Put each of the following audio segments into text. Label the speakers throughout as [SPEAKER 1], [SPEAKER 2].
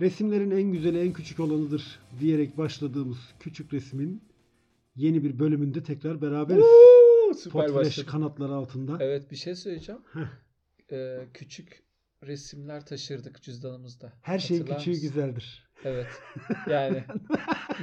[SPEAKER 1] Resimlerin en güzeli en küçük olanıdır diyerek başladığımız küçük resmin yeni bir bölümünde tekrar beraberiz.
[SPEAKER 2] Uuu, süper
[SPEAKER 1] Potfresh
[SPEAKER 2] başladı.
[SPEAKER 1] kanatları altında.
[SPEAKER 2] Evet bir şey söyleyeceğim. Ee, küçük resimler taşırdık cüzdanımızda.
[SPEAKER 1] Her şeyin
[SPEAKER 2] Hatırlar
[SPEAKER 1] küçüğü
[SPEAKER 2] mısın?
[SPEAKER 1] güzeldir.
[SPEAKER 2] Evet. Yani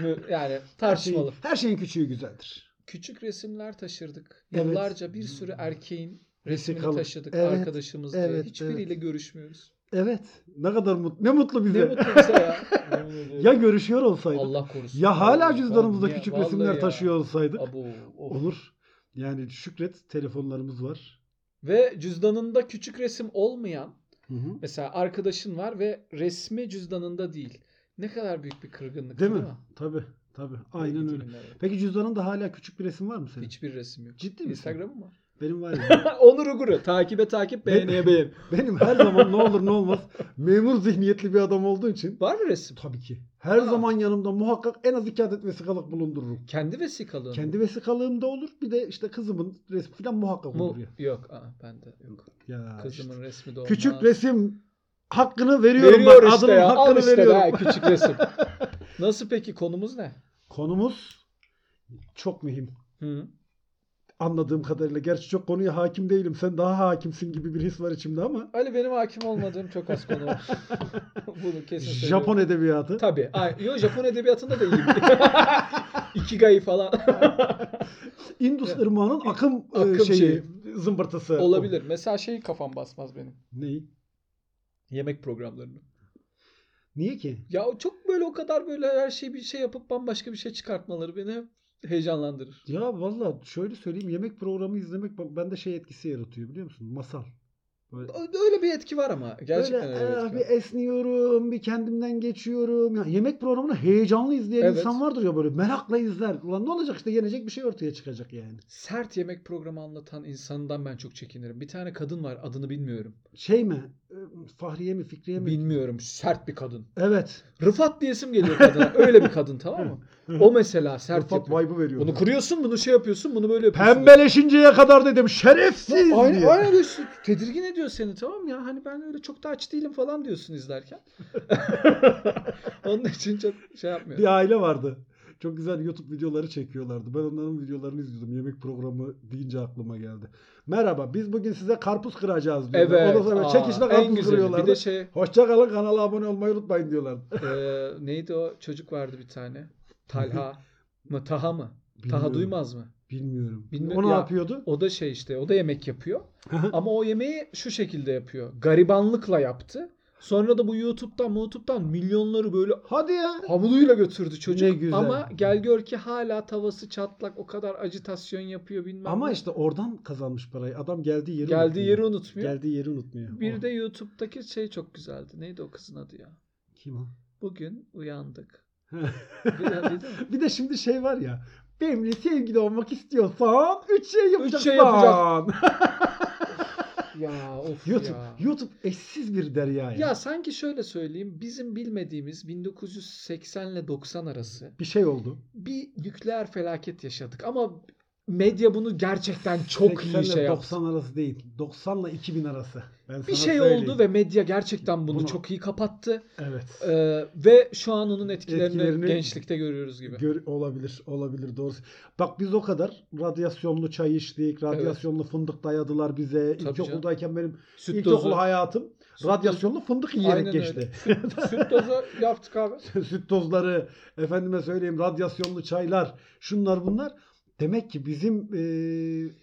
[SPEAKER 2] mü- yani tartışmalı.
[SPEAKER 1] Her şeyin, her şeyin küçüğü güzeldir.
[SPEAKER 2] Küçük resimler taşırdık.
[SPEAKER 1] Evet.
[SPEAKER 2] Yıllarca bir sürü erkeğin resmini
[SPEAKER 1] Vesikalı.
[SPEAKER 2] taşıdık
[SPEAKER 1] Evet,
[SPEAKER 2] arkadaşımız diye.
[SPEAKER 1] evet,
[SPEAKER 2] Hiçbiriyle görüşmüyoruz.
[SPEAKER 1] Evet. Ne kadar mutlu. Ne mutlu bize.
[SPEAKER 2] Ne mutlu bize ya. Yemin ediyorum.
[SPEAKER 1] ya görüşüyor olsaydık.
[SPEAKER 2] Allah korusun.
[SPEAKER 1] Ya hala
[SPEAKER 2] Vallahi,
[SPEAKER 1] cüzdanımızda
[SPEAKER 2] vallahi,
[SPEAKER 1] küçük
[SPEAKER 2] vallahi
[SPEAKER 1] resimler
[SPEAKER 2] ya.
[SPEAKER 1] taşıyor olsaydık.
[SPEAKER 2] Abo, of.
[SPEAKER 1] Olur. Yani şükret telefonlarımız var.
[SPEAKER 2] Ve cüzdanında küçük resim olmayan
[SPEAKER 1] Hı hı.
[SPEAKER 2] mesela arkadaşın var ve resmi cüzdanında değil. Ne kadar büyük bir kırgınlık
[SPEAKER 1] Değil mi? Tabii. Tabii. Aynen
[SPEAKER 2] Böyle
[SPEAKER 1] öyle.
[SPEAKER 2] gideyim ben.
[SPEAKER 1] Peki cüzdanında hala küçük bir resim var mı senin?
[SPEAKER 2] Hiçbir resim yok.
[SPEAKER 1] Ciddi misin?
[SPEAKER 2] Instagram'ı mı?
[SPEAKER 1] Benim var ya.
[SPEAKER 2] Onur Uğur'u takibe takip beğeneye beğen.
[SPEAKER 1] Benim her zaman ne olur ne olmaz memur zihniyetli bir adam olduğu için
[SPEAKER 2] Var mı resim?
[SPEAKER 1] tabii ki. Her
[SPEAKER 2] Aa.
[SPEAKER 1] zaman yanımda muhakkak en az iki adet vesikalık bulundururum.
[SPEAKER 2] Kendi vesikalığın.
[SPEAKER 1] Kendi vesikalığım da olur. Bir de işte kızımın resmi falan muhakkak olur
[SPEAKER 2] mu?
[SPEAKER 1] ya.
[SPEAKER 2] Yok. Aa, bende yok.
[SPEAKER 1] Ya
[SPEAKER 2] Kızımın
[SPEAKER 1] işte.
[SPEAKER 2] resmi de olmaz.
[SPEAKER 1] Küçük resim hakkını veriyorum. bak,
[SPEAKER 2] Veriyor işte
[SPEAKER 1] adının
[SPEAKER 2] ya.
[SPEAKER 1] hakkını
[SPEAKER 2] Al işte
[SPEAKER 1] veriyorum.
[SPEAKER 2] be, küçük resim. Nasıl peki konumuz ne?
[SPEAKER 1] Konumuz çok mühim.
[SPEAKER 2] Hı.
[SPEAKER 1] Anladığım kadarıyla gerçi çok konuya hakim değilim. Sen daha hakimsin gibi bir his var içimde ama
[SPEAKER 2] Ali benim hakim olmadığım çok az konu var. Bunu kesin söylüyorum.
[SPEAKER 1] Japon edebiyatı.
[SPEAKER 2] Tabii. Ay, yo, Japon edebiyatında da iyiyim. Ikigai falan
[SPEAKER 1] Indus
[SPEAKER 2] Evet.
[SPEAKER 1] Irmağı'nın akım, e,
[SPEAKER 2] Akım
[SPEAKER 1] şeyi,
[SPEAKER 2] şeyi.
[SPEAKER 1] zımbırtısı.
[SPEAKER 2] olabilir. Mesela şey kafam basmaz benim.
[SPEAKER 1] Neyi?
[SPEAKER 2] Yemek programlarını.
[SPEAKER 1] Niye ki?
[SPEAKER 2] Ya o çok böyle o kadar böyle her şeyi bir şey yapıp bambaşka bir şey çıkartmaları beni hep heyecanlandırır.
[SPEAKER 1] Ya valla şöyle söyleyeyim yemek programı izlemek ba- bende şey etkisi yaratıyor biliyor musun? Masal. Böyle,
[SPEAKER 2] Ö- Öyle bir etki var ama. Gerçekten
[SPEAKER 1] böyle,
[SPEAKER 2] öyle, bir
[SPEAKER 1] "Ah,
[SPEAKER 2] etki
[SPEAKER 1] bir
[SPEAKER 2] var.
[SPEAKER 1] esniyorum, bir kendimden geçiyorum. Ya, yemek programını heyecanlı izleyen
[SPEAKER 2] Evet.
[SPEAKER 1] insan vardır ya böyle merakla izler. Ulan ne olacak işte yenecek bir şey ortaya çıkacak yani.
[SPEAKER 2] Sert yemek programı anlatan insandan ben çok çekinirim. Bir tane kadın var adını bilmiyorum.
[SPEAKER 1] Şey mi? E, Fahriye mi Fikriye mi?
[SPEAKER 2] Bilmiyorum sert bir kadın.
[SPEAKER 1] evet.
[SPEAKER 2] Rıfat diyesim geliyor kadına. Öyle bir kadın tamam mı? O mesela sert
[SPEAKER 1] Rıfat
[SPEAKER 2] yapıyor.
[SPEAKER 1] vibe'ı veriyor.
[SPEAKER 2] Bunu kuruyorsun bunu şey yapıyorsun bunu böyle yapıyorsun.
[SPEAKER 1] Pembeleşinceye kadar dedim şerefsiz
[SPEAKER 2] Ha, Aynen,
[SPEAKER 1] diye.
[SPEAKER 2] aynen öyle s- tedirgin ediyor seni tamam ya hani ben öyle çok da aç değilim falan diyorsun izlerken. Onun için çok şey yapmıyorum.
[SPEAKER 1] Bir aile vardı. Çok güzel YouTube videoları çekiyorlardı. Ben onların videolarını izliyordum. Yemek programı deyince aklıma geldi. Merhaba biz bugün size karpuz kıracağız diyorlar.
[SPEAKER 2] Evet.
[SPEAKER 1] Ondan sonra
[SPEAKER 2] aa,
[SPEAKER 1] çekişle
[SPEAKER 2] en
[SPEAKER 1] karpuz
[SPEAKER 2] güzeli. Bir
[SPEAKER 1] kırıyorlardı.
[SPEAKER 2] de şey
[SPEAKER 1] Hoşça kalın kanala abone olmayı unutmayın diyorlardı.
[SPEAKER 2] e, neydi o çocuk vardı bir tane. Talha mı Taha mı?
[SPEAKER 1] Bilmiyorum.
[SPEAKER 2] Taha duymaz mı?
[SPEAKER 1] Bilmiyorum.
[SPEAKER 2] Bilmi-
[SPEAKER 1] o ne
[SPEAKER 2] Ya-
[SPEAKER 1] yapıyordu?
[SPEAKER 2] O da şey işte o da yemek yapıyor. Ama o yemeği şu şekilde yapıyor. Garibanlıkla yaptı. Sonra da bu YouTube'dan YouTube'dan milyonları böyle
[SPEAKER 1] Hadi ya.
[SPEAKER 2] Havluyla götürdü çocuk.
[SPEAKER 1] Ne güzel.
[SPEAKER 2] Ama gel gör ki hala tavası çatlak o kadar acitasyon yapıyor bilmem
[SPEAKER 1] Ama
[SPEAKER 2] ne.
[SPEAKER 1] işte oradan kazanmış parayı. Adam geldiği yeri
[SPEAKER 2] geldiği
[SPEAKER 1] unutmuyor.
[SPEAKER 2] yeri unutmuyor.
[SPEAKER 1] Geldiği yeri unutmuyor.
[SPEAKER 2] Bir
[SPEAKER 1] Oh,
[SPEAKER 2] de YouTube'daki şey çok güzeldi. Neydi o kızın adı ya?
[SPEAKER 1] Kim o?
[SPEAKER 2] Bugün uyandık. Bir- bir de-
[SPEAKER 1] Bir de şimdi şey var ya. Benimle sevgili olmak istiyorsan üç şey yapacaksın.
[SPEAKER 2] şey yapacaksın. ya of
[SPEAKER 1] YouTube,
[SPEAKER 2] ya.
[SPEAKER 1] YouTube eşsiz bir derya ya.
[SPEAKER 2] Ya sanki şöyle söyleyeyim. Bizim bilmediğimiz 1980 ile 90 arası
[SPEAKER 1] Bir şey oldu.
[SPEAKER 2] bir nükleer felaket yaşadık. Ama medya bunu gerçekten çok
[SPEAKER 1] 80
[SPEAKER 2] iyi
[SPEAKER 1] ile
[SPEAKER 2] şey yaptı.
[SPEAKER 1] 90 arası değil. 90 ile 2000 arası. Ben
[SPEAKER 2] Bir
[SPEAKER 1] sana
[SPEAKER 2] şey
[SPEAKER 1] söyleyeyim.
[SPEAKER 2] oldu ve medya gerçekten bunu,
[SPEAKER 1] Bunu-
[SPEAKER 2] çok iyi kapattı.
[SPEAKER 1] evet.
[SPEAKER 2] Ee, ve şu an onun etkilerini,
[SPEAKER 1] Etkilerini-
[SPEAKER 2] gençlikte görüyoruz gibi.
[SPEAKER 1] Gör- olabilir, olabilir doğru. Bak biz o kadar radyasyonlu çay içtik, radyasyonlu fındık dayadılar bize.
[SPEAKER 2] Tabii
[SPEAKER 1] İlkokuldayken benim
[SPEAKER 2] Süt
[SPEAKER 1] ilkokul
[SPEAKER 2] dozu.
[SPEAKER 1] hayatım
[SPEAKER 2] Süt
[SPEAKER 1] radyasyonlu fındık yiyerek
[SPEAKER 2] Aynen öyle.
[SPEAKER 1] geçti.
[SPEAKER 2] Süt dozu yaptık abi.
[SPEAKER 1] Süt tozları, efendime söyleyeyim radyasyonlu çaylar, şunlar bunlar. Demek ki bizim e,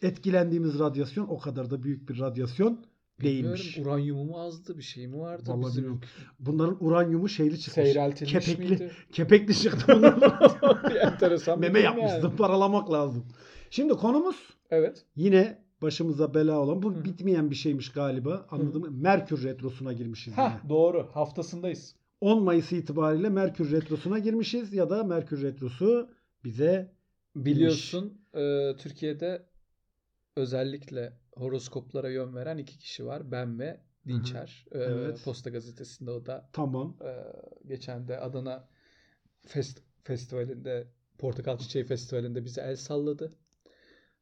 [SPEAKER 1] etkilendiğimiz radyasyon o kadar da büyük bir radyasyon değilmiş.
[SPEAKER 2] Bilmiyorum, uranyumu mu azdı bir şey mi vardı?
[SPEAKER 1] Vallahi
[SPEAKER 2] Bizim
[SPEAKER 1] bilmiyorum. Bunların uranyumu şeyli çıkmış.
[SPEAKER 2] Seyreltilmiş
[SPEAKER 1] Kepekli.
[SPEAKER 2] miydi?
[SPEAKER 1] Kepekli çıktı bunlar.
[SPEAKER 2] Enteresan. bir
[SPEAKER 1] Meme
[SPEAKER 2] durum
[SPEAKER 1] yapmıştım.
[SPEAKER 2] yani.
[SPEAKER 1] Paralamak lazım. Şimdi konumuz
[SPEAKER 2] Evet.
[SPEAKER 1] yine başımıza bela olan bu
[SPEAKER 2] Hı hı.
[SPEAKER 1] bitmeyen bir şeymiş galiba. Anladın mı? Merkür Retrosu'na girmişiz yine.
[SPEAKER 2] Hah doğru. Haftasındayız.
[SPEAKER 1] 10 Mayıs itibariyle Merkür Retrosu'na girmişiz ya da Merkür Retrosu bize
[SPEAKER 2] Biliyorsun e, Türkiye'de özellikle horoskoplara yön veren iki kişi var. Ben ve Dinçer. E,
[SPEAKER 1] Evet.
[SPEAKER 2] Posta gazetesinde o da
[SPEAKER 1] tamam.
[SPEAKER 2] Ee, geçen de Adana Fest Festivali'nde Portakal Çiçeği Festivali'nde bize el salladı.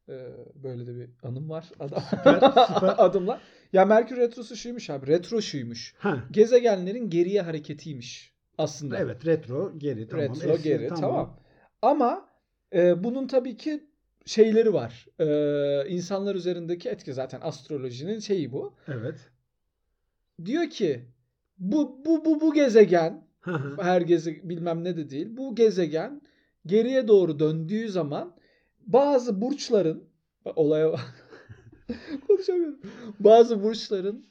[SPEAKER 2] Ee, böyle de bir anım var. Adam,
[SPEAKER 1] süper.
[SPEAKER 2] adımla. Ya Merkür Retrosu şuymuş abi. Retro şuymuş.
[SPEAKER 1] Ha.
[SPEAKER 2] Gezegenlerin geriye hareketiymiş. aslında.
[SPEAKER 1] Evet retro geri tamam.
[SPEAKER 2] Retro
[SPEAKER 1] eski,
[SPEAKER 2] geri tamam. Ama e, bunun tabii ki şeyleri var. E, insanlar üzerindeki etki zaten astrolojinin şeyi bu.
[SPEAKER 1] Evet.
[SPEAKER 2] Diyor ki bu bu bu bu gezegen
[SPEAKER 1] Hı hı.
[SPEAKER 2] her gezi bilmem ne de değil. Bu gezegen geriye doğru döndüğü zaman bazı burçların olaya bak. konuşamıyorum. Bazı burçların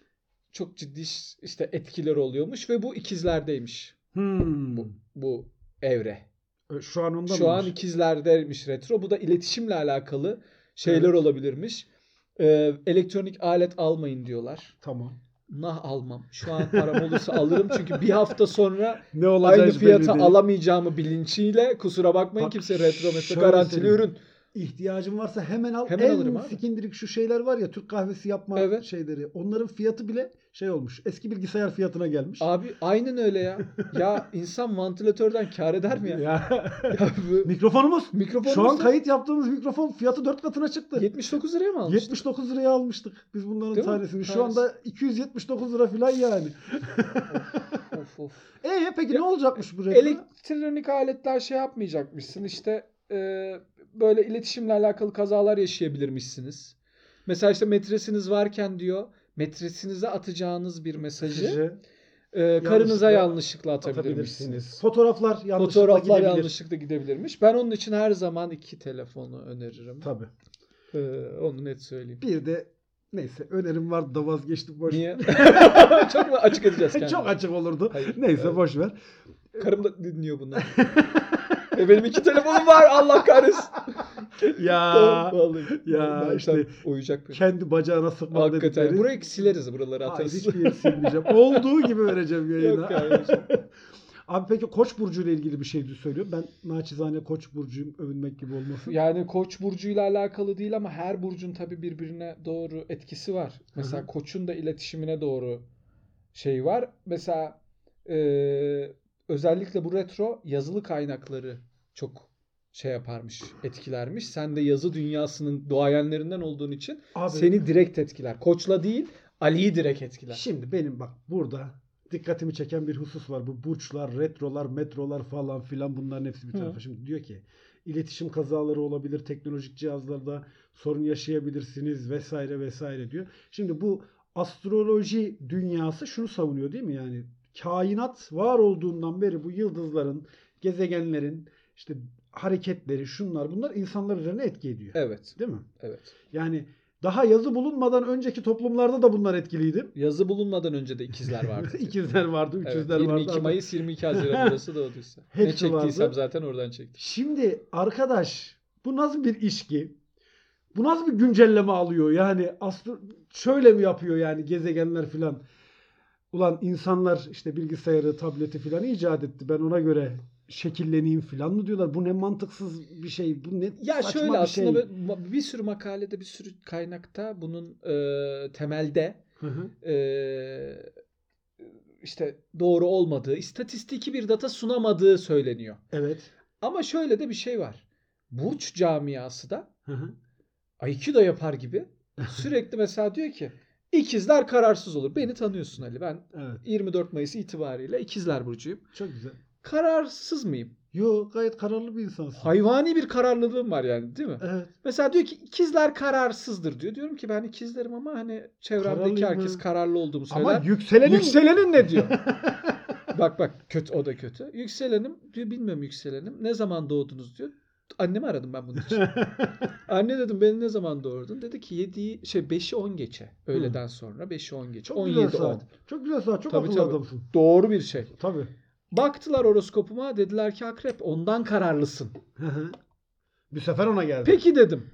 [SPEAKER 2] çok ciddi ş- işte etkileri oluyormuş ve bu ikizlerdeymiş
[SPEAKER 1] Hmm.
[SPEAKER 2] bu evre.
[SPEAKER 1] E, Şu an ondan
[SPEAKER 2] Şu an
[SPEAKER 1] olmuş.
[SPEAKER 2] ikizlerdeymiş retro. Bu da iletişimle alakalı şeyler
[SPEAKER 1] Evet.
[SPEAKER 2] olabilirmiş. Ee, elektronik alet almayın diyorlar.
[SPEAKER 1] Tamam.
[SPEAKER 2] Nah almam. Şu an param olursa alırım çünkü bir hafta sonra
[SPEAKER 1] Ne olacağı
[SPEAKER 2] aynı
[SPEAKER 1] hiç belli
[SPEAKER 2] fiyata
[SPEAKER 1] değil.
[SPEAKER 2] alamayacağımı bilinciyle kusura bakmayın
[SPEAKER 1] Bak,
[SPEAKER 2] kimse retro mesela
[SPEAKER 1] şöyle
[SPEAKER 2] garantili
[SPEAKER 1] söyleyeyim.
[SPEAKER 2] ürün.
[SPEAKER 1] İhtiyacın varsa hemen al.
[SPEAKER 2] Hemen
[SPEAKER 1] en
[SPEAKER 2] alırım abi.
[SPEAKER 1] sikindirik şu şeyler var ya Türk kahvesi yapma
[SPEAKER 2] Evet.
[SPEAKER 1] şeyleri. Onların fiyatı bile şey olmuş. Eski bilgisayar fiyatına gelmiş.
[SPEAKER 2] Abi aynen öyle ya. Ya insan vantilatörden kar eder mi ya? Ya bu-
[SPEAKER 1] Mikrofonumuz.
[SPEAKER 2] Mikrofon
[SPEAKER 1] Şu an
[SPEAKER 2] mesela
[SPEAKER 1] kayıt yaptığımız mikrofon fiyatı 4 katına çıktı.
[SPEAKER 2] 79 liraya mı almış?
[SPEAKER 1] 79 liraya almıştık biz bunların
[SPEAKER 2] Değil mi?
[SPEAKER 1] tanesini. Şu
[SPEAKER 2] Tanesi.
[SPEAKER 1] anda 279 lira falan yani.
[SPEAKER 2] Of, of.
[SPEAKER 1] E peki
[SPEAKER 2] Ya,
[SPEAKER 1] ne olacakmış bu reklam?
[SPEAKER 2] Elektronik aletler şey yapmayacakmışsın işte e, böyle iletişimle alakalı kazalar yaşayabilirmişsiniz. Mesela işte metresiniz varken diyor metresinize atacağınız bir mesajı
[SPEAKER 1] Mesajı
[SPEAKER 2] e,
[SPEAKER 1] yanlışlıkla
[SPEAKER 2] karınıza yanlışlıkla
[SPEAKER 1] atabilirsiniz.
[SPEAKER 2] atabilirmişsiniz.
[SPEAKER 1] Fotoğraflar yanlışlıkla
[SPEAKER 2] Fotoğraflar
[SPEAKER 1] gidebilir.
[SPEAKER 2] yanlışlıkla gidebilirmiş. Ben onun için her zaman iki telefonu öneririm.
[SPEAKER 1] Tabii.
[SPEAKER 2] E, onu net söyleyeyim.
[SPEAKER 1] Bir de neyse önerim vardı da vazgeçtim boş.
[SPEAKER 2] Niye? Çok mu açık edeceğiz kendimizi?
[SPEAKER 1] Çok açık olurdu.
[SPEAKER 2] Hayır,
[SPEAKER 1] neyse
[SPEAKER 2] evet.
[SPEAKER 1] boş ver.
[SPEAKER 2] Karım da dinliyor bunları. e, benim iki telefonum var Allah kahretsin.
[SPEAKER 1] Ya
[SPEAKER 2] Tamam, vallahi.
[SPEAKER 1] ya
[SPEAKER 2] Ben
[SPEAKER 1] işte
[SPEAKER 2] sen uyuyacak bir.
[SPEAKER 1] kendi bacağına sıkma
[SPEAKER 2] Hakikaten.
[SPEAKER 1] dedikleri.
[SPEAKER 2] Burayı sileriz buraları
[SPEAKER 1] Hayır,
[SPEAKER 2] atarız.
[SPEAKER 1] hiçbir yeri silmeyeceğim. Olduğu gibi vereceğim yayına.
[SPEAKER 2] Yok ya.
[SPEAKER 1] Abi peki Koç burcu ile ilgili bir şey söylüyor. Ben naçizane Koç burcuyum övünmek gibi olmasın.
[SPEAKER 2] Yani Koç burcuyla alakalı değil ama her burcun tabii birbirine doğru etkisi var. Mesela
[SPEAKER 1] hı.
[SPEAKER 2] Koç'un da iletişimine doğru şey var. Mesela e, özellikle bu retro yazılı kaynakları çok şey yaparmış, etkilermiş. Sen de yazı dünyasının doğayanlarından olduğun için
[SPEAKER 1] Abi
[SPEAKER 2] seni direkt etkiler. Koç'la değil, Ali'yi direkt etkiler.
[SPEAKER 1] şimdi benim bak burada dikkatimi çeken bir husus var. Bu burçlar, retrolar, metrolar falan filan bunların hepsi bir
[SPEAKER 2] Hı.
[SPEAKER 1] tarafa. Şimdi diyor ki iletişim kazaları olabilir, teknolojik cihazlarda sorun yaşayabilirsiniz vesaire vesaire diyor. Şimdi bu astroloji dünyası şunu savunuyor değil mi? Yani kainat var olduğundan beri bu yıldızların, gezegenlerin işte hareketleri şunlar bunlar insanlar üzerine etki ediyor.
[SPEAKER 2] Evet,
[SPEAKER 1] Değil mi?
[SPEAKER 2] evet.
[SPEAKER 1] Yani daha yazı bulunmadan önceki toplumlarda da bunlar etkiliydi.
[SPEAKER 2] Yazı bulunmadan önce de ikizler vardı.
[SPEAKER 1] İkizler vardı,
[SPEAKER 2] Evet,
[SPEAKER 1] üçüzler vardı.
[SPEAKER 2] 22
[SPEAKER 1] ama-
[SPEAKER 2] Mayıs 22 Haziran burası da oduysa. ne
[SPEAKER 1] Hepsi
[SPEAKER 2] çektiysem
[SPEAKER 1] vardı.
[SPEAKER 2] zaten oradan çektim.
[SPEAKER 1] Şimdi arkadaş bu nasıl bir işki? Bu nasıl bir güncelleme alıyor? Yani astro şöyle mi yapıyor yani gezegenler filan? Ulan insanlar işte bilgisayarı, tableti filan icat etti. Ben ona göre şekilleneyim filan mı diyorlar? Bu ne mantıksız bir şey. Bu ne
[SPEAKER 2] Ya
[SPEAKER 1] saçma
[SPEAKER 2] şöyle
[SPEAKER 1] bir
[SPEAKER 2] aslında
[SPEAKER 1] şey.
[SPEAKER 2] böyle bir sürü makalede bir sürü kaynakta bunun e, temelde
[SPEAKER 1] Hı hı.
[SPEAKER 2] e, işte doğru olmadığı, istatistiki bir data sunamadığı söyleniyor.
[SPEAKER 1] evet.
[SPEAKER 2] Ama şöyle de bir şey var. Burç camiası da
[SPEAKER 1] Hı hı.
[SPEAKER 2] Aikido yapar gibi sürekli mesela diyor ki ikizler kararsız olur. Beni tanıyorsun Ali. Ben
[SPEAKER 1] evet.
[SPEAKER 2] 24 Mayıs itibariyle ikizler burcuyum.
[SPEAKER 1] Çok güzel.
[SPEAKER 2] Kararsız mıyım?
[SPEAKER 1] Yo gayet kararlı bir insansın.
[SPEAKER 2] Hayvani bir kararlılığım var yani değil mi?
[SPEAKER 1] Evet.
[SPEAKER 2] Mesela diyor ki ikizler kararsızdır diyor. Diyorum ki ben ikizlerim ama hani çevremdeki
[SPEAKER 1] Kararlıyım
[SPEAKER 2] herkes
[SPEAKER 1] mı?
[SPEAKER 2] kararlı olduğumu söyler.
[SPEAKER 1] Ama yükselenin
[SPEAKER 2] yükselenin ne diyor? bak bak kötü o da kötü. Yükselenim diyor bilmiyorum yükselenim. Ne zaman doğdunuz diyor. Annemi aradım ben bunun için. Anne dedim beni ne zaman doğurdun? Dedi ki 7'yi şey 5'i 10 geçe. Öğleden sonra 5'i 10 geçe.
[SPEAKER 1] Çok güzel
[SPEAKER 2] 17 10.
[SPEAKER 1] saat. Çok güzel saat. Çok
[SPEAKER 2] Tabii,
[SPEAKER 1] akıllı
[SPEAKER 2] tabii.
[SPEAKER 1] adamsın.
[SPEAKER 2] Doğru bir şey.
[SPEAKER 1] Tabii.
[SPEAKER 2] Baktılar horoskopuma dediler ki akrep ondan kararlısın.
[SPEAKER 1] Hı hı. bir sefer ona geldi.
[SPEAKER 2] Peki dedim.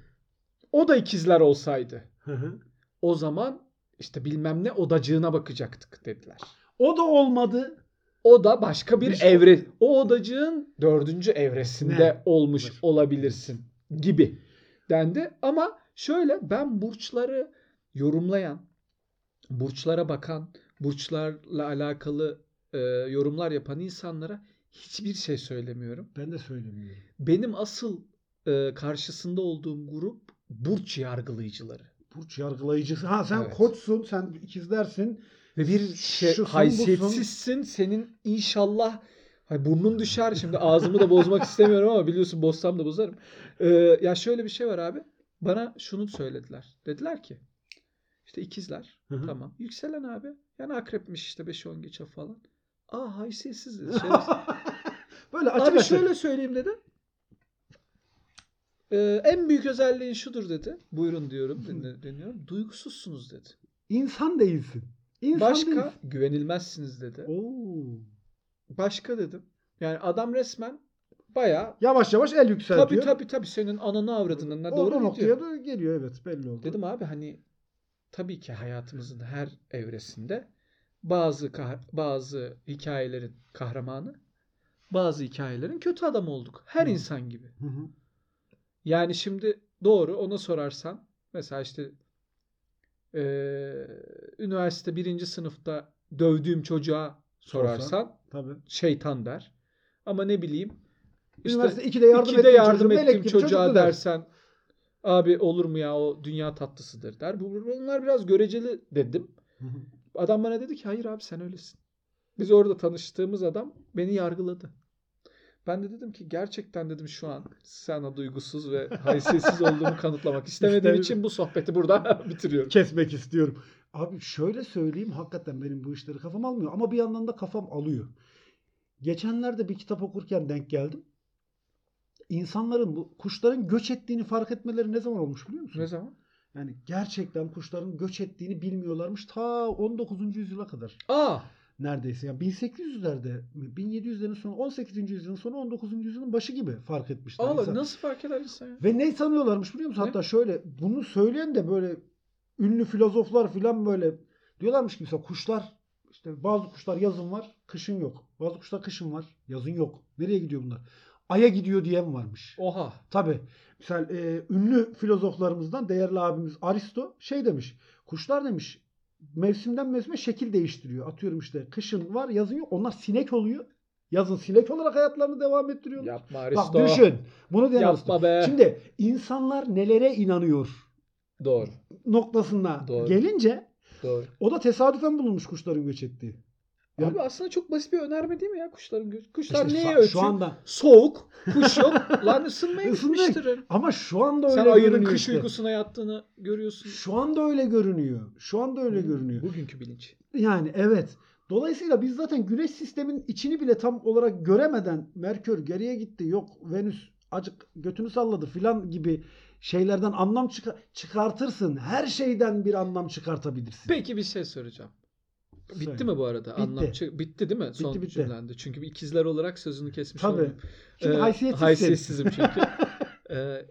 [SPEAKER 2] O da ikizler olsaydı.
[SPEAKER 1] Hı hı.
[SPEAKER 2] O zaman işte bilmem ne odacığına bakacaktık dediler.
[SPEAKER 1] o da olmadı.
[SPEAKER 2] O da başka bir
[SPEAKER 1] Biz-
[SPEAKER 2] evre. O odacığın dördüncü evresinde
[SPEAKER 1] Ne?
[SPEAKER 2] olmuş
[SPEAKER 1] Olur.
[SPEAKER 2] olabilirsin gibi dendi. Ama şöyle ben burçları yorumlayan, burçlara bakan, burçlarla alakalı e, yorumlar yapan insanlara hiçbir şey söylemiyorum.
[SPEAKER 1] Ben de söylemiyorum.
[SPEAKER 2] Benim asıl e, karşısında olduğum grup burç yargılayıcıları.
[SPEAKER 1] Burç yargılayıcısı. Ha sen
[SPEAKER 2] Evet.
[SPEAKER 1] koçsun, sen ikizlersin.
[SPEAKER 2] Ve bir şey,
[SPEAKER 1] Şusun, busun.
[SPEAKER 2] haysiyetsizsin. Senin inşallah Hani burnum düşer şimdi ağzımı da bozmak istemiyorum ama biliyorsun bozsam da bozarım. Ee, ya şöyle bir şey var abi. Bana şunu söylediler. Dediler ki işte ikizler
[SPEAKER 1] Hı hı.
[SPEAKER 2] tamam yükselen abi. Yani akrepmiş işte 5-10 geçe falan. Aa haysiyetsiz dedi. şerefsiz.
[SPEAKER 1] Böyle açık
[SPEAKER 2] Abi
[SPEAKER 1] açık.
[SPEAKER 2] şöyle söyleyeyim dedi. Ee, en büyük özelliğin şudur dedi. Buyurun diyorum dinle- dinliyorum. Duygusuzsunuz dedi.
[SPEAKER 1] İnsan değilsin. İnsan
[SPEAKER 2] Başka
[SPEAKER 1] değilsin.
[SPEAKER 2] güvenilmezsiniz dedi.
[SPEAKER 1] Oo.
[SPEAKER 2] Başka dedim. Yani adam resmen bayağı
[SPEAKER 1] Yavaş yavaş el yükseltiyor.
[SPEAKER 2] tabi tabi tabi senin ananı avradının ne
[SPEAKER 1] O-
[SPEAKER 2] doğru
[SPEAKER 1] o
[SPEAKER 2] gidiyor.
[SPEAKER 1] noktaya da geliyor evet belli oldu.
[SPEAKER 2] Dedim abi hani tabii ki hayatımızın her evresinde bazı kah- bazı hikayelerin kahramanı, bazı hikayelerin kötü adam olduk. Her
[SPEAKER 1] Hı.
[SPEAKER 2] insan gibi.
[SPEAKER 1] Hı hı.
[SPEAKER 2] Yani şimdi doğru ona sorarsan mesela işte eee, üniversite birinci sınıfta dövdüğüm çocuğa sorarsan
[SPEAKER 1] Sorsan. Tabii.
[SPEAKER 2] şeytan der. Ama ne bileyim işte
[SPEAKER 1] Üniversite 2'de yardım,
[SPEAKER 2] ikide
[SPEAKER 1] ettiğim
[SPEAKER 2] yardım
[SPEAKER 1] çocuğu, melek
[SPEAKER 2] ettiğim
[SPEAKER 1] gibi
[SPEAKER 2] çocuğa
[SPEAKER 1] çocuktu der.
[SPEAKER 2] dersen abi olur mu ya o dünya tatlısıdır der. Bu- Bunlar biraz göreceli dedim.
[SPEAKER 1] Hı hı.
[SPEAKER 2] Adam bana dedi ki hayır abi sen öylesin. Biz orada tanıştığımız adam beni yargıladı. Ben de dedim ki gerçekten dedim şu an sana duygusuz ve haysiyetsiz olduğumu kanıtlamak istemediğim
[SPEAKER 1] İstemedim.
[SPEAKER 2] için bu sohbeti burada bitiriyorum.
[SPEAKER 1] Kesmek istiyorum. Abi şöyle söyleyeyim hakikaten benim bu işleri kafam almıyor ama bir yandan da kafam alıyor. Geçenlerde bir kitap okurken denk geldim. İnsanların bu kuşların göç ettiğini fark etmeleri ne zaman olmuş biliyor musun?
[SPEAKER 2] Ne zaman?
[SPEAKER 1] Yani gerçekten kuşların göç ettiğini bilmiyorlarmış ta 19. yüzyıla kadar.
[SPEAKER 2] Aa
[SPEAKER 1] neredeyse. Yani 1800'lerde, 1700'lerin sonu, 18. yüzyılın sonu, 19. yüzyılın başı gibi fark etmişler.
[SPEAKER 2] Allah
[SPEAKER 1] insan.
[SPEAKER 2] nasıl fark eder insan ya?
[SPEAKER 1] Ve ne sanıyorlarmış biliyor musun?
[SPEAKER 2] Ne?
[SPEAKER 1] Hatta şöyle bunu söyleyen de böyle ünlü filozoflar filan böyle diyorlarmış ki mesela kuşlar işte bazı kuşlar yazın var, kışın yok. Bazı kuşlar kışın var, yazın yok. Nereye gidiyor bunlar? Ay'a gidiyor diyen varmış.
[SPEAKER 2] Oha.
[SPEAKER 1] Tabii. Mesela e, ünlü filozoflarımızdan değerli abimiz Aristo şey demiş. Kuşlar demiş mevsimden mevsime şekil değiştiriyor. Atıyorum işte kışın var yazın yok. Onlar sinek oluyor. Yazın sinek olarak hayatlarını devam ettiriyorlar.
[SPEAKER 2] Yapma
[SPEAKER 1] Bak
[SPEAKER 2] Aristo.
[SPEAKER 1] düşün. Bunu diyen Aristo.
[SPEAKER 2] Yapma be.
[SPEAKER 1] Şimdi insanlar nelere inanıyor
[SPEAKER 2] Doğru.
[SPEAKER 1] noktasına
[SPEAKER 2] Doğru.
[SPEAKER 1] gelince
[SPEAKER 2] Doğru.
[SPEAKER 1] o da tesadüfen bulunmuş kuşların göç ettiği. Yani-
[SPEAKER 2] Abi aslında çok basit bir önerme değil mi ya kuşların göz? Kuşlar
[SPEAKER 1] İşte
[SPEAKER 2] neye
[SPEAKER 1] sa-
[SPEAKER 2] ötüyor?
[SPEAKER 1] şu anda
[SPEAKER 2] Soğuk, kuş yok. Lan ısınmaya
[SPEAKER 1] Isınmaya-
[SPEAKER 2] gitmiştir.
[SPEAKER 1] ama şu anda öyle
[SPEAKER 2] Sen ayının
[SPEAKER 1] görünüyor
[SPEAKER 2] kış
[SPEAKER 1] işte.
[SPEAKER 2] uykusuna yattığını görüyorsun.
[SPEAKER 1] Şu anda öyle görünüyor. Şu anda
[SPEAKER 2] Hmm.
[SPEAKER 1] öyle görünüyor.
[SPEAKER 2] Bugünkü bilinç.
[SPEAKER 1] Yani evet. Dolayısıyla biz zaten güneş sistemin içini bile tam olarak göremeden Merkür geriye gitti yok Venüs acık götünü salladı filan gibi şeylerden anlam çıka- çıkartırsın. Her şeyden bir anlam çıkartabilirsin.
[SPEAKER 2] Peki bir şey soracağım. Bitti
[SPEAKER 1] Söyle.
[SPEAKER 2] mi bu arada?
[SPEAKER 1] Bitti.
[SPEAKER 2] Anlam çı- bitti değil mi? Son
[SPEAKER 1] bitti.
[SPEAKER 2] cümlende. Çünkü bir ikizler olarak sözünü kesmiş
[SPEAKER 1] Tabii.
[SPEAKER 2] oldum.
[SPEAKER 1] Çünkü
[SPEAKER 2] Ee,
[SPEAKER 1] haysiyetsizsin.
[SPEAKER 2] haysiyetsizim çünkü. Ee,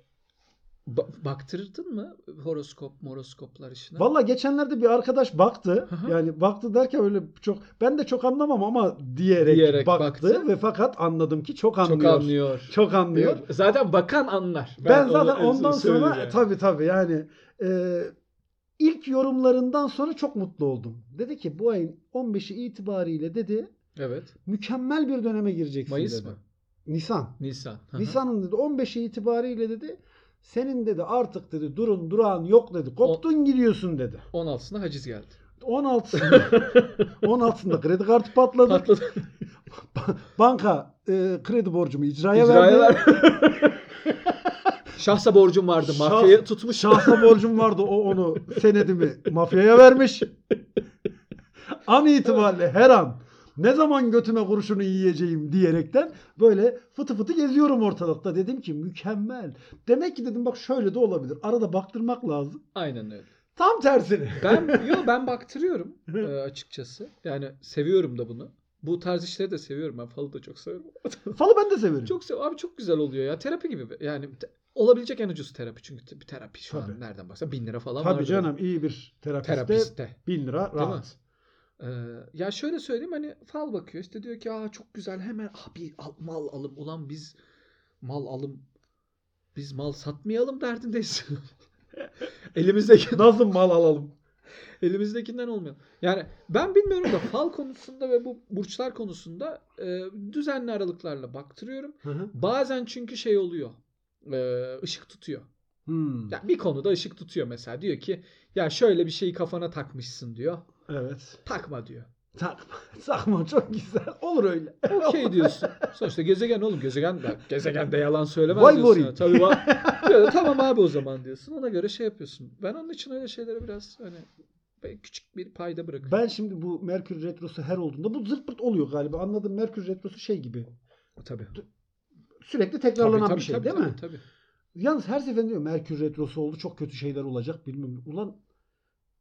[SPEAKER 2] ba- baktırırdın mı horoskop, moroskoplar işine?
[SPEAKER 1] Valla geçenlerde bir arkadaş baktı.
[SPEAKER 2] Hı hı.
[SPEAKER 1] yani baktı derken öyle çok ben de çok anlamam ama diyerek,
[SPEAKER 2] Diyerek
[SPEAKER 1] baktı,
[SPEAKER 2] baktı.
[SPEAKER 1] ve fakat anladım ki çok anlıyor.
[SPEAKER 2] Çok anlıyor.
[SPEAKER 1] Çok anlıyor.
[SPEAKER 2] Diyor. Zaten bakan anlar.
[SPEAKER 1] Ben, zaten
[SPEAKER 2] onu-
[SPEAKER 1] ondan
[SPEAKER 2] söyleyeyim
[SPEAKER 1] sonra
[SPEAKER 2] yani.
[SPEAKER 1] tabii tabii yani e, ilk yorumlarından sonra çok mutlu oldum. Dedi ki bu ayın 15'i itibariyle dedi
[SPEAKER 2] Evet.
[SPEAKER 1] mükemmel bir döneme gireceksin
[SPEAKER 2] Mayıs
[SPEAKER 1] dedi.
[SPEAKER 2] mı?
[SPEAKER 1] Nisan.
[SPEAKER 2] Nisan. Hı hı.
[SPEAKER 1] Nisan'ın dedi 15'i itibariyle dedi senin dedi artık dedi durun durağın yok dedi. Koptun gidiyorsun dedi.
[SPEAKER 2] 16'sında haciz geldi.
[SPEAKER 1] 16'sında 16'sında kredi kartı patladı.
[SPEAKER 2] Patladı.
[SPEAKER 1] Banka e, kredi borcumu icraya,
[SPEAKER 2] İcraya
[SPEAKER 1] verdi.
[SPEAKER 2] ver- Şahsa borcum vardı.
[SPEAKER 1] Şah-
[SPEAKER 2] Mafyaya tutmuş.
[SPEAKER 1] Şahsa borcum vardı. O onu senedimi mafyaya vermiş. An itibariyle her an ne zaman götüme kurşunu yiyeceğim diyerekten böyle fıtı fıtı geziyorum ortalıkta. Dedim ki mükemmel. Demek ki dedim bak şöyle de olabilir. Arada baktırmak lazım.
[SPEAKER 2] Aynen öyle.
[SPEAKER 1] Tam tersini.
[SPEAKER 2] Ben yo ben baktırıyorum e, açıkçası. Yani seviyorum da bunu. Bu tarz işleri de seviyorum. Ben falı da çok seviyorum.
[SPEAKER 1] Falı ben de severim.
[SPEAKER 2] Çok sev abi çok güzel oluyor ya. Terapi gibi. Yani te- olabilecek en ucuz terapi. Çünkü te- bir terapi şu
[SPEAKER 1] Tabii.
[SPEAKER 2] an nereden baksan bin lira falan
[SPEAKER 1] Tabii
[SPEAKER 2] vardır.
[SPEAKER 1] canım iyi bir terapiste
[SPEAKER 2] Terapiste.
[SPEAKER 1] bin lira
[SPEAKER 2] Değil mi?
[SPEAKER 1] rahat.
[SPEAKER 2] Ee, ya şöyle söyleyeyim hani fal bakıyor işte diyor ki aa çok güzel hemen abi al, mal alım ulan biz mal alım biz mal satmayalım derdindeyiz. Elimizdeki
[SPEAKER 1] Nasıl mal alalım?
[SPEAKER 2] elimizdekinden olmuyor. Yani ben bilmiyorum da fal konusunda ve bu burçlar konusunda e, düzenli aralıklarla baktırıyorum.
[SPEAKER 1] Hı hı.
[SPEAKER 2] Bazen çünkü şey oluyor. E, ışık tutuyor.
[SPEAKER 1] Hmm.
[SPEAKER 2] Ya bir konuda ışık tutuyor mesela diyor ki ya şöyle bir şeyi kafana takmışsın diyor.
[SPEAKER 1] Evet.
[SPEAKER 2] Takma diyor.
[SPEAKER 1] Takma. Sakma çok güzel. Olur öyle.
[SPEAKER 2] Okey şey diyorsun. Sonuçta gezegen oğlum gezegen bak gezegende yalan söylemez
[SPEAKER 1] Vay
[SPEAKER 2] diyorsun.
[SPEAKER 1] boring.
[SPEAKER 2] ya. Tabii va- Böyle, tamam abi o zaman diyorsun. Ona göre şey yapıyorsun. Ben onun için öyle şeylere biraz hani be- küçük bir payda bırakıyorum.
[SPEAKER 1] Ben şimdi bu Merkür Retrosu her olduğunda bu zırt pırt oluyor galiba. Anladım Merkür Retrosu şey gibi.
[SPEAKER 2] Tabii.
[SPEAKER 1] Sürekli tekrarlanan
[SPEAKER 2] Tabii,
[SPEAKER 1] bir şey
[SPEAKER 2] tabii,
[SPEAKER 1] değil
[SPEAKER 2] tabii,
[SPEAKER 1] mi?
[SPEAKER 2] Tabii.
[SPEAKER 1] Yalnız her seferinde diyor Merkür Retrosu oldu çok kötü şeyler olacak bilmem. Ulan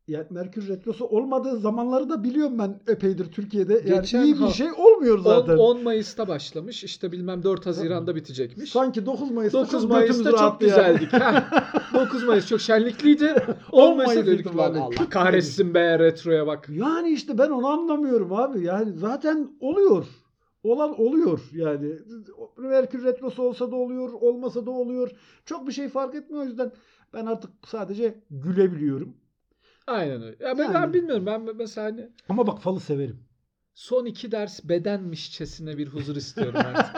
[SPEAKER 1] ya Merkür Retrosu olmadığı zamanları da biliyorum ben epeydir Türkiye'de. Yani
[SPEAKER 2] Geçen
[SPEAKER 1] iyi bir
[SPEAKER 2] ha-
[SPEAKER 1] şey olmuyor zaten.
[SPEAKER 2] 10, 10 Mayıs'ta başlamış. İşte bilmem 4 Haziran'da bitecekmiş.
[SPEAKER 1] Sanki 9 Mayıs'ta
[SPEAKER 2] 9
[SPEAKER 1] çok
[SPEAKER 2] Mayıs'ta
[SPEAKER 1] götümüz
[SPEAKER 2] çok
[SPEAKER 1] rahattı yani.
[SPEAKER 2] güzeldik. Heh. 9 Mayıs çok şenlikliydi. 10 Mayıs'ta
[SPEAKER 1] Mayıs
[SPEAKER 2] dedik lan
[SPEAKER 1] itibariyle
[SPEAKER 2] Allah
[SPEAKER 1] küt
[SPEAKER 2] kahretsin be retroya bak.
[SPEAKER 1] Yani işte ben onu anlamıyorum abi. Yani zaten oluyor. Olan oluyor yani. Merkür Retrosu olsa da oluyor, olmasa da oluyor. Çok bir şey fark etmiyor. O yüzden ben artık sadece gülebiliyorum.
[SPEAKER 2] Aynen öyle. Ya ben,
[SPEAKER 1] Yani.
[SPEAKER 2] ben bilmiyorum. Ben mesela hani
[SPEAKER 1] Ama bak falı severim.
[SPEAKER 2] son iki ders bedenmişçesine bir huzur istiyorum artık.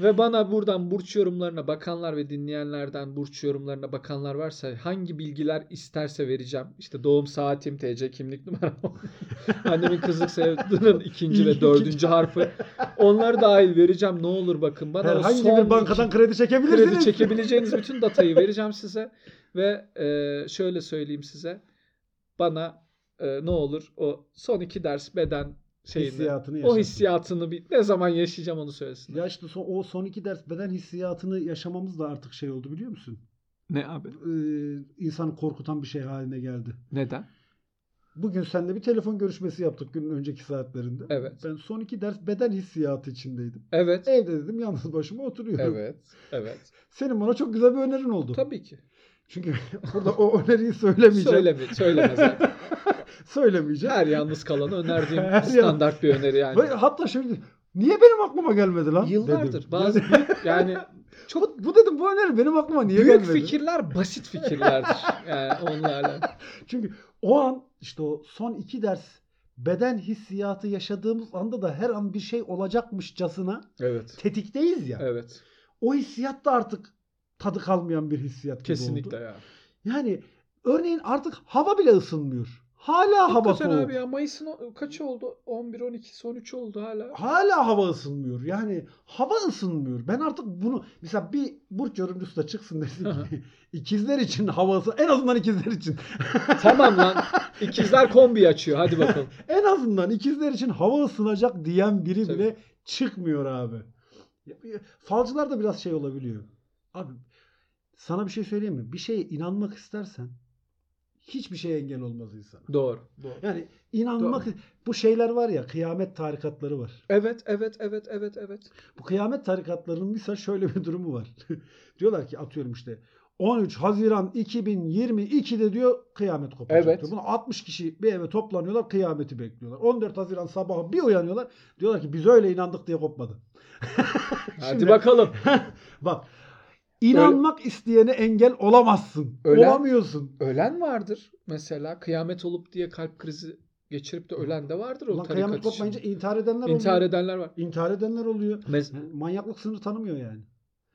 [SPEAKER 2] ve bana buradan burç yorumlarına bakanlar ve dinleyenlerden burç yorumlarına bakanlar varsa hangi bilgiler isterse vereceğim. İşte doğum saatim, TC kimlik numaram. Annemin kızlık soyadının ikinci ve
[SPEAKER 1] İlk
[SPEAKER 2] dördüncü
[SPEAKER 1] ikinci.
[SPEAKER 2] harfi. Onları dahil vereceğim. Ne olur bakın bana. O
[SPEAKER 1] Herhangi
[SPEAKER 2] son
[SPEAKER 1] bir bankadan kredi
[SPEAKER 2] iki
[SPEAKER 1] çekebilirsiniz.
[SPEAKER 2] kredi çekebileceğiniz bütün datayı vereceğim size. Ve e, şöyle söyleyeyim size. Bana e, ne olur o son iki ders beden şeyini
[SPEAKER 1] Hissiyatını
[SPEAKER 2] o
[SPEAKER 1] yaşa.
[SPEAKER 2] hissiyatını bir, ne zaman yaşayacağım onu söylesin.
[SPEAKER 1] Ya işte son, o son iki ders beden hissiyatını yaşamamız da artık şey oldu biliyor musun?
[SPEAKER 2] Ne abi?
[SPEAKER 1] Ee, insanı korkutan bir şey haline geldi.
[SPEAKER 2] Neden?
[SPEAKER 1] Bugün seninle bir telefon görüşmesi yaptık günün önceki saatlerinde.
[SPEAKER 2] Evet.
[SPEAKER 1] Ben son iki ders beden hissiyatı içindeydim.
[SPEAKER 2] Evet.
[SPEAKER 1] Evde dedim yalnız başıma oturuyorum.
[SPEAKER 2] Evet. Evet.
[SPEAKER 1] Senin bana çok güzel bir önerin oldu.
[SPEAKER 2] Tabii ki.
[SPEAKER 1] Çünkü burada o öneriyi söylemeyeceğim.
[SPEAKER 2] Söyleme, söyleme zaten.
[SPEAKER 1] Söylemeyeceğim.
[SPEAKER 2] Her yalnız kalanı önerdiğim
[SPEAKER 1] Her yan-
[SPEAKER 2] standart bir öneri yani.
[SPEAKER 1] Ve hatta şöyle niye benim aklıma gelmedi lan?
[SPEAKER 2] Yıllardır
[SPEAKER 1] dedim.
[SPEAKER 2] bazı
[SPEAKER 1] Yani
[SPEAKER 2] büyük- yani
[SPEAKER 1] bu, bu dedim bu öneri benim aklıma niye
[SPEAKER 2] büyük
[SPEAKER 1] gelmedi?
[SPEAKER 2] fikirler basit fikirlerdir. Yani onlarla.
[SPEAKER 1] Çünkü o an işte o son iki ders beden hissiyatı yaşadığımız anda da her an bir şey olacakmışçasına
[SPEAKER 2] Evet.
[SPEAKER 1] tetikteyiz ya.
[SPEAKER 2] Evet.
[SPEAKER 1] O hissiyat da artık tadı kalmayan bir hissiyat gibi oldu.
[SPEAKER 2] Kesinlikle ya.
[SPEAKER 1] Yani örneğin artık hava bile ısınmıyor. Hala hava
[SPEAKER 2] Hakikaten
[SPEAKER 1] soğuk.
[SPEAKER 2] abi ya Mayıs'ın o- kaçı oldu? 11, 12, 13 oldu hala.
[SPEAKER 1] Hala hava ısınmıyor. Yani hava ısınmıyor. Ben artık bunu mesela bir burç yorumcusu da çıksın desin ki ikizler için hava ısı- en azından ikizler için
[SPEAKER 2] tamam lan. İkizler kombi açıyor. Hadi bakalım.
[SPEAKER 1] en azından ikizler için hava ısınacak diyen biri
[SPEAKER 2] Tabii.
[SPEAKER 1] bile çıkmıyor abi. Ya, ya, Falcılar da biraz şey olabiliyor. Abi sana bir şey söyleyeyim mi? Bir şeye inanmak istersen hiçbir şey engel olmaz insana.
[SPEAKER 2] Doğru. Doğru.
[SPEAKER 1] Yani inanmak bu şeyler var ya kıyamet tarikatları var.
[SPEAKER 2] Evet, evet, evet, evet, evet.
[SPEAKER 1] Bu kıyamet tarikatlarının ise şöyle bir durumu var. diyorlar ki atıyorum işte 13 Haziran 2022'de diyor kıyamet kopacak.
[SPEAKER 2] Evet.
[SPEAKER 1] diyor. Bunu 60 kişi bir eve toplanıyorlar kıyameti bekliyorlar. 14 Haziran sabahı bir uyanıyorlar. Diyorlar ki biz öyle inandık diye kopmadı.
[SPEAKER 2] Hadi bakalım.
[SPEAKER 1] Bak inanmak isteyene engel olamazsın.
[SPEAKER 2] Öyle-
[SPEAKER 1] Olamıyorsun.
[SPEAKER 2] Ölen vardır mesela. Kıyamet olup diye kalp krizi geçirip de ölen de vardır o
[SPEAKER 1] Ulan
[SPEAKER 2] tarikat
[SPEAKER 1] kıyamet kopmayınca
[SPEAKER 2] içinde.
[SPEAKER 1] intihar edenler
[SPEAKER 2] intihar
[SPEAKER 1] oluyor.
[SPEAKER 2] edenler var.
[SPEAKER 1] İntihar edenler oluyor.
[SPEAKER 2] Mes-
[SPEAKER 1] Manyaklık sınırı tanımıyor yani.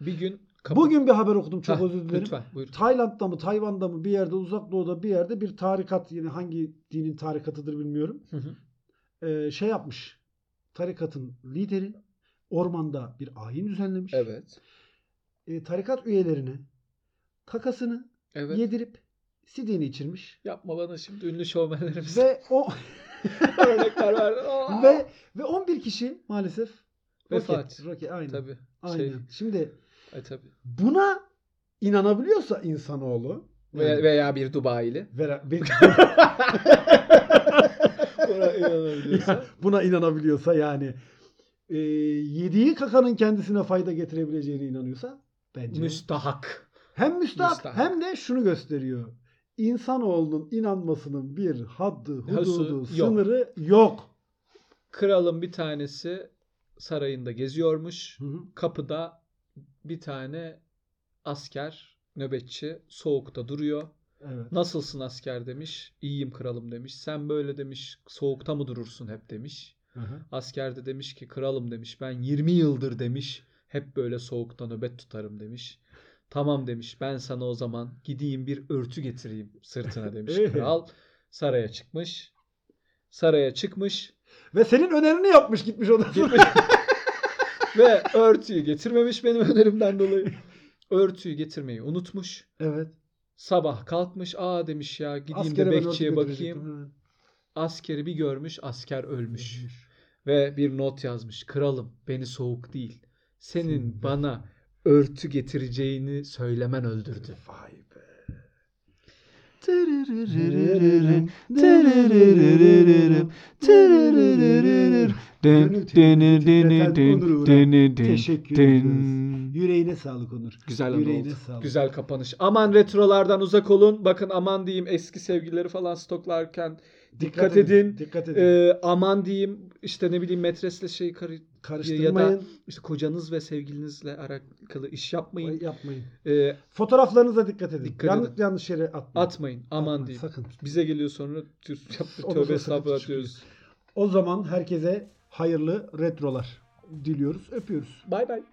[SPEAKER 2] bir gün
[SPEAKER 1] Bugün bir haber okudum çok
[SPEAKER 2] Hah,
[SPEAKER 1] özür dilerim.
[SPEAKER 2] Lütfen buyur.
[SPEAKER 1] Tayland'da mı Tayvan'da mı bir yerde uzak doğuda bir yerde bir tarikat yine hangi dinin tarikatıdır bilmiyorum.
[SPEAKER 2] Hı hı.
[SPEAKER 1] Ee, şey yapmış. Tarikatın lideri ormanda bir ayin düzenlemiş.
[SPEAKER 2] Evet.
[SPEAKER 1] Ee, tarikat üyelerine kakasını
[SPEAKER 2] Evet.
[SPEAKER 1] yedirip sidiğini içirmiş.
[SPEAKER 2] Yapma bana şimdi ünlü şovmenlerimize
[SPEAKER 1] Ve o
[SPEAKER 2] örnekler ver. Aa!
[SPEAKER 1] ve ve 11 kişi maalesef
[SPEAKER 2] Vefat.
[SPEAKER 1] Roket, roket, aynen.
[SPEAKER 2] Tabii.
[SPEAKER 1] aynen.
[SPEAKER 2] Şey,
[SPEAKER 1] Şimdi
[SPEAKER 2] e, tabii.
[SPEAKER 1] buna inanabiliyorsa insanoğlu
[SPEAKER 2] Veya,
[SPEAKER 1] yani-
[SPEAKER 2] veya bir Dubai'li.
[SPEAKER 1] Vera- bir-
[SPEAKER 2] Buna inanabiliyorsa.
[SPEAKER 1] buna inanabiliyorsa yani e, yediği kakanın kendisine fayda getirebileceğine inanıyorsa bence
[SPEAKER 2] Müstahak.
[SPEAKER 1] hem müstahak,
[SPEAKER 2] müstahak.
[SPEAKER 1] hem de şunu gösteriyor. İnsanoğlunun inanmasının bir haddi, hududu,
[SPEAKER 2] Husu şey yok.
[SPEAKER 1] sınırı yok.
[SPEAKER 2] Kralın bir tanesi sarayında geziyormuş.
[SPEAKER 1] Hı hı.
[SPEAKER 2] Kapıda bir tane asker, nöbetçi soğukta duruyor.
[SPEAKER 1] Evet.
[SPEAKER 2] Nasılsın asker demiş. İyiyim kralım demiş. Sen böyle demiş. Soğukta mı durursun hep demiş.
[SPEAKER 1] Hı hı.
[SPEAKER 2] Asker de demiş ki kralım demiş. Ben 20 yıldır demiş. Hep böyle soğukta nöbet tutarım demiş. Tamam demiş. Ben sana o zaman gideyim bir örtü getireyim sırtına demiş
[SPEAKER 1] Ee?
[SPEAKER 2] kral. Saraya çıkmış. Saraya çıkmış.
[SPEAKER 1] Ve senin önerini yapmış gitmiş odasına.
[SPEAKER 2] Gitmiş. Ve örtüyü getirmemiş benim önerimden dolayı. Örtüyü getirmeyi unutmuş.
[SPEAKER 1] evet.
[SPEAKER 2] Sabah kalkmış. Aa demiş ya gideyim
[SPEAKER 1] Askere ben
[SPEAKER 2] de
[SPEAKER 1] örtü
[SPEAKER 2] bekçiye
[SPEAKER 1] götürecektim.
[SPEAKER 2] bakayım.
[SPEAKER 1] Evet.
[SPEAKER 2] Askeri bir görmüş. Asker ölmüş. Ve bir not yazmış. Kralım beni soğuk değil. Senin
[SPEAKER 1] Senin-
[SPEAKER 2] bana örtü getireceğini söylemen öldürdü.
[SPEAKER 1] Vay be. Teşekkür ederiz. Yüreğine sağlık Onur.
[SPEAKER 2] Güzel anı
[SPEAKER 1] Yüreğine
[SPEAKER 2] oldu.
[SPEAKER 1] sağlık.
[SPEAKER 2] Güzel kapanış. Aman retrolardan uzak olun. Bakın aman diyeyim eski sevgilileri falan stoklarken Dikkat edin.
[SPEAKER 1] Dikkat edin.
[SPEAKER 2] e, aman diyeyim işte ne bileyim metresle şey karı ya
[SPEAKER 1] Karıştırmayın.
[SPEAKER 2] işte kocanız ve sevgilinizle alakalı iş yapmayın.
[SPEAKER 1] Yapmayın.
[SPEAKER 2] E,
[SPEAKER 1] Fotoğraflarınıza dikkat edin.
[SPEAKER 2] Dikkat
[SPEAKER 1] yanlış,
[SPEAKER 2] edin.
[SPEAKER 1] yanlış yere atmayın.
[SPEAKER 2] atmayın. Aman
[SPEAKER 1] Atmayın,
[SPEAKER 2] diyeyim.
[SPEAKER 1] Sakın.
[SPEAKER 2] Bize geliyor sonra tür-
[SPEAKER 1] Ondan
[SPEAKER 2] tövbe
[SPEAKER 1] sonra
[SPEAKER 2] estağfurullah
[SPEAKER 1] çıkıyor.
[SPEAKER 2] diyoruz.
[SPEAKER 1] O zaman herkese hayırlı retrolar diliyoruz. Öpüyoruz.
[SPEAKER 2] Bay bay.